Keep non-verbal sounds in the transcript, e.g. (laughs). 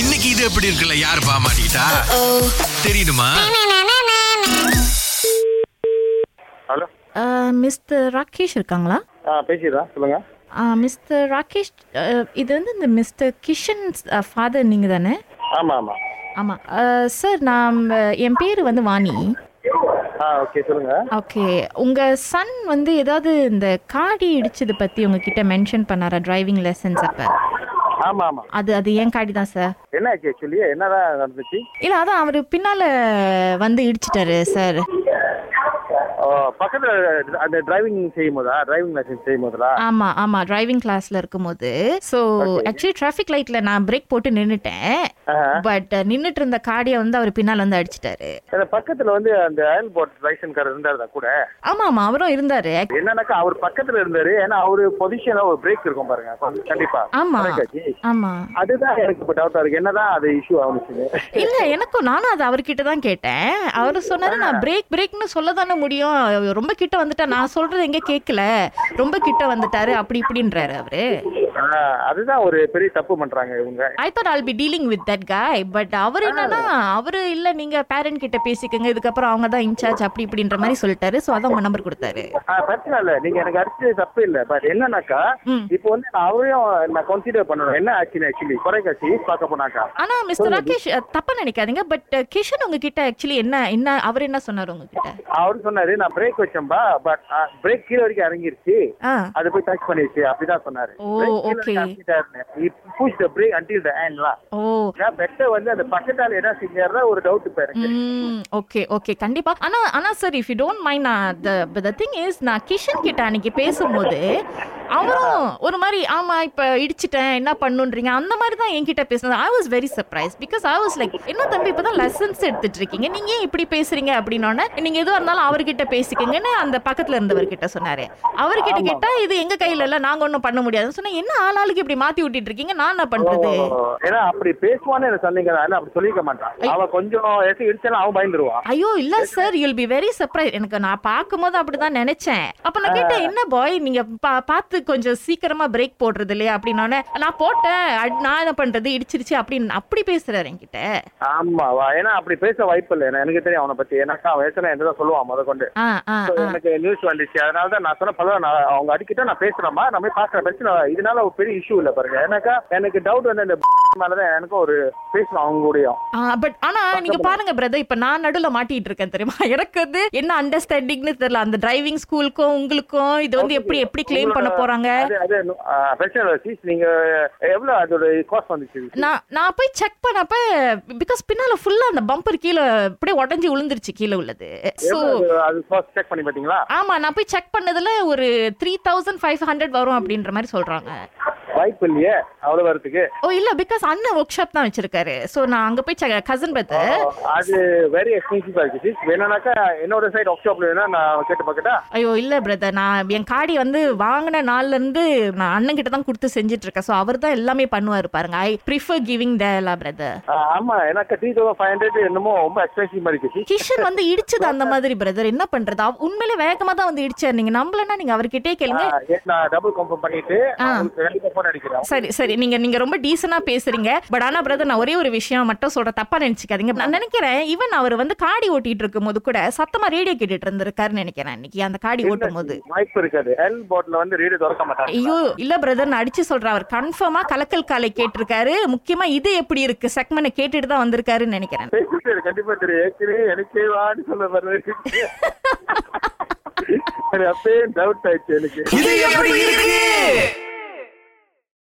இன்னைக்கு இது எப்படி இருக்குல்ல யார் பாமாட்டா தெரியுமா ஹலோ மிஸ்டர் ராகேஷ் இருக்காங்களா ஆ பேசிடுறா சொல்லுங்க மிஸ்டர் ராகேஷ் ஆ, இது வந்து இந்த மிஸ்டர் கிஷன் ஃபாதர் நீங்கள் தானே ஆமாம் ஆமாம் ஆமாம் சார் நான் ஆ, என் பேர் வந்து வாணி ஆ ஓகே சொல்லுங்க ஓகே உங்கள் சன் வந்து ஏதாவது இந்த காடி இடிச்சது பற்றி உங்ககிட்ட மென்ஷன் பண்ணாரா டிரைவிங் லெசன்ஸ் அப்போ ஆமாம் ஆமாம் அது அது என் காடி தான் சார் என்ன ஆச்சு ஆக்சுவலி என்னதான் நடந்துச்சு இல்லை அதான் அவர் பின்னால் வந்து இடிச்சிட்டாரு சார் ஓ பக்கத்தில் அந்த டிரைவிங் செய்யும் போதா டிரைவிங் லைசன்ஸ் செய்யும் போதா ஆமா ஆமா டிரைவிங் கிளாஸ்ல இருக்கும்போது ஸோ ஆக்சுவலி டிராஃபிக் லைட்ல நான் பிரேக் போட்டு நின்னுட்டேன் பட் நின்னுட்டு இருந்த காடியை வந்து அவர் பின்னால் வந்து அடிச்சிட்டாரு அந்த பக்கத்தில் வந்து அந்த அயல் போட் லைசன்ஸ் காரர் இருந்தார் தான் கூட ஆமா ஆமா அவரும் இருந்தாரு Ac- என்னன்னாக்கா அவர் பக்கத்தில் இருந்தார் ஏன்னா அவர் பொசிஷனில் ஒரு பிரேக் இருக்கும் பாருங்க கண்டிப்பாக ஆமா ஆமா அதுதான் எனக்கு இப்போ டவுட்டாக இருக்கு என்னதான் அது இஷ்யூ ஆகுச்சுன்னு இல்ல எனக்கும் நானும் அது அவர்கிட்ட தான் கேட்டேன் அவரு சொன்னாரு நான் பிரேக் பிரேக்னு சொல்ல தானே முடியும் ரொம்ப கிட்ட வந்துட்டா நான் சொல்றது எங்க கேட்கல ரொம்ப கிட்ட வந்துட்டாரு அப்படி இப்படின்றாரு அவரு ஆ, அதுதான் ஒரு பெரிய தப்பு பண்றாங்க இவங்க I thought all be dealing with that guy but அவர் என்னன்னா அவரு இல்ல நீங்க பேரண்ட் கிட்ட பேசிக்கங்க இதுக்கப்புறம் அவங்க தான் இன்சார்ஜ் அப்படி இப்படின்ற மாதிரி சொல்லிட்டாரு சோ அதான் உங்க நம்பர் கொடுத்தாரு ஆ, பிரச்சனை இல்ல நீங்க எனக்கு அடிச்சது தப்பு இல்ல பட் என்னன்னாக்கா ம். இப்போ வந்து நான் அவரையும் நான் கன்சிடர் பண்ணணும் என்ன ஆச்சுன்னு ஆக்சுவலி குறைக்காட்சி பார்க்க போனாக்கா ஆனா மிஸ்டர் ராகேஷ் அஹ், தப்பா நினைக்காதீங்க பட் கிஷன் உங்ககிட்ட ஆக்சுவலி என்ன என்ன அவர் என்ன சொன்னாரு உங்ககிட்ட அவர் சொன்னாரு நான் பிரேக் வச்சேன்பா பட் பிரேக் கீழே வரைக்கும் இறங்கிருச்சு ஆ அது போய் டச் பண்ணிருச்சு அப்படிதான் சொன்னாரு oh, okay. Push the brake until the ஹேண்ட்லாம் ஓ பெட்டர் வந்து அந்த பக்கத்தால என்ன செஞ்சாருன்னா ஒரு டவுட் இப்ப எனக்கு ம் ஓகே ஓகே Mm, கண்டிப்பா ஆனா ஆனா sir if you don't mind நான் த திங் இஸ் நான் கிஷன் கிட்ட அன்னைக்கு பேசும்போது அவரும் ஒரு மாதிரி ஆமா இப்ப இடிச்சிட்டேன் என்ன பண்ணுன்றீங்க அந்த மாதிரி தான் என்கிட்ட பேசினது I was very surprise because I was like என்ன தம்பி இப்பதான் லெசன்ஸ் எடுத்துட்டு இருக்கீங்க நீங்க ஏன் இப்படி பேசுறீங்க அப்படின்னோடனே நீங்க எதுவா இருந்தாலும் அவர்கிட்ட பேசிக்கங்கன்னு அந்த பக்கத்துல இருந்தவர்கிட்ட சொன்னாரு அவர்கிட்ட கேட்டா இது எங்க கையில இல்ல நாங்க ஒண்ணும் பண்ண முடியாதுன்னு சொன்னா என்ன ஆளாளுக்கு இப்படி மாத்தி விட்டுட்டு இருக்கீங்க நான் என்ன பண்றது ஓ, ஏன்னா அப்படி பேசுவான்னு எனக்கு சொன்னீங்க நான் அப்படி சொல்லிக்க மாட்டான் அவன் கொஞ்சம் எதுக்கு இடிச்சாலும் அவன் பயந்துருவான் ஐயோ இல்ல sir you'll be very surprise எனக்கு நான் பார்க்கும்போது அப்படிதான் நினைச்சேன் அப்ப நான் கேட்டேன் என்ன பாய் நீங்க பா- பார்த்து கொஞ்சம் சீக்கிரமா பிரேக் போடுறது இல்லையா அப்படின்னோடனே நான் போட்டேன் அட்- நான் என்ன பண்றது இடிச்சிருச்சு அப்படின்னு அப்படி பேசுறாரு என்கிட்ட ஆமாவா ஏன்னா அப்படி பேச வாய்ப்பு இல்லை ஏன்னா, எனக்கு தெரியும் அவனை பத்தி ஏன்னாக்கா அவன் வயசுல என்ன சொல்லுவான் முத கொண்டு ஆ ஆ So, ஆ. எனக்கு நியூஸ் வந்துச்சு அதனால தான் நான் சொன்ன பல நான் அவங்க அடிக்கிட்ட நான் பேசுறேம்மா நம்ம போய் பாக்குற பிரச்சனை இல்ல. இதனால ஒரு பெரிய இஷ்யூ இல்ல பாருங்க எனக்கா எனக்கு டவுட் வந்து அந்த மேலதான் எனக்கும் ஒரு பேசணும் அவங்க கூடயும் ஆ, பட் ஆனா நீங்க பாருங்க பிரதர் இப்ப நான் நடுவுல மாட்டிட்டு இருக்கேன் தெரியுமா (laughs) எனக்கு வந்து என்ன அண்டர்ஸ்டாண்டிங்னு தெரியல அந்த டிரைவிங் ஸ்கூலுக்கும் உங்களுக்கும் இது வந்து எப்படி எப்படி கிளைம் பண்ண போறாங்க அது அது ஆ, பிரச்சனை இல்ல சீஸ் நீங்க எவ்வளவு அதோட காஸ்ட் வந்துச்சு நான் நான் போய் செக் பண்ணப்ப பிகாஸ் பின்னால ஃபுல்லா அந்த பம்பர் கீழே அப்படியே உடஞ்சி விழுந்துருச்சு கீழே உள்ளது சோ எவ்வளவு அது- அது காஸ்ட் செக் பண்ணி பாத்தீங்களா ஆமா நான் போய் செக் பண்ணதுல ஒரு த்ரீ தௌசண்ட் ஃபைவ் ஹண்ட்ரட் வரும் அப்படின்ற மாதிரி சொல்றாங்க வாய்ப்பு இல்லையே அவ்வளவு வரதுக்கு ஓ இல்ல பிகாஸ் அண்ணன் ஒர்க் ஷாப் தான் வச்சிருக்காரு சோ நான் அங்க போய் கசன் பார்த்து ஓ, அது வெரி எக்ஸ்பென்சிவா இருக்கு சீஸ் வேணும்னாக்கா என்னோட சைடு ஒர்க் ஷாப்ல வேணா நான் கேட்டு பார்க்கட்டா ஐயோ இல்ல பிரதர் நான் என் காடி வந்து வாங்கின நாள்ல இருந்து நான் அண்ணன் கிட்ட தான் கொடுத்து செஞ்சுட்டு இருக்கேன் சோ அவர் தான் எல்லாமே பண்ணுவாரு பாருங்க ஐ ப்ரிஃபர் கிவிங் தேலா பிரதர் ஆ, ஆமா ஏன்னாக்கா த்ரீ தௌசண்ட் ஃபைவ் ஹண்ட்ரட் என்னமோ ரொம்ப எக்ஸ்பென்சிவா இருக்கு சீஸ் கிஷன் வந்து இடிச்சது அந்த மாதிரி பிரதர் என்ன பண்றது அவ- உண்மையிலே வேகமா தான் வந்து இடிச்சாரு நீங்க நம்பலன்னா நீங்க அவர்கிட்டயே கேளுங்க ஆ, ஏ- நான் டபுள் கன்ஃபார்ம் பண்ணிட்டு ஆ. உங்களுக்கு கண்டிப்பா போன் அடிக்கிறேன் சரி சரி நீங்க நீங்க ரொம்ப டீசனா பேசுறீங்க பட் ஆனா பிரதர் நான் ஒரே ஒரு விஷயம் மட்டும் சொல்ற தப்பா நினைச்சுக்காதீங்க நான் நினைக்கிறேன் ஈவன் அவர் வந்து காடி ஓட்டிட்டு இருக்கும்போது கூட சத்தமா ரேடியோ கேட்டுட்டு இருந்திருக்காருன்னு நினைக்கிறேன் இன்னைக்கு அந்த காடி ஓட்டும் போது வாய்ப்பு இருக்காது எல் போட்ல வந்து ரீடு திறக்க மாட்டாங்க ஐயோ இல்ல பிரதர் நான் அடிச்சு சொல்றேன் அவர் கன்ஃபார்மா கலக்கல் காலை கேட்டிருக்காரு முக்கியமா இது எப்படி இருக்கு செக்மெண்ட் கேட்டுட்டு தான் வந்திருக்காருன்னு நினைக்கிறேன் பேசிட்டு இரு, கண்டிப்பா தெரியும் ஏற்கனவே எனக்கே வான்னு சொல்ல (laughs) வர்றது சரி, அப்பயே டவுட் ஆயிடுச்சு எனக்கு இது எப்படி இருக்கு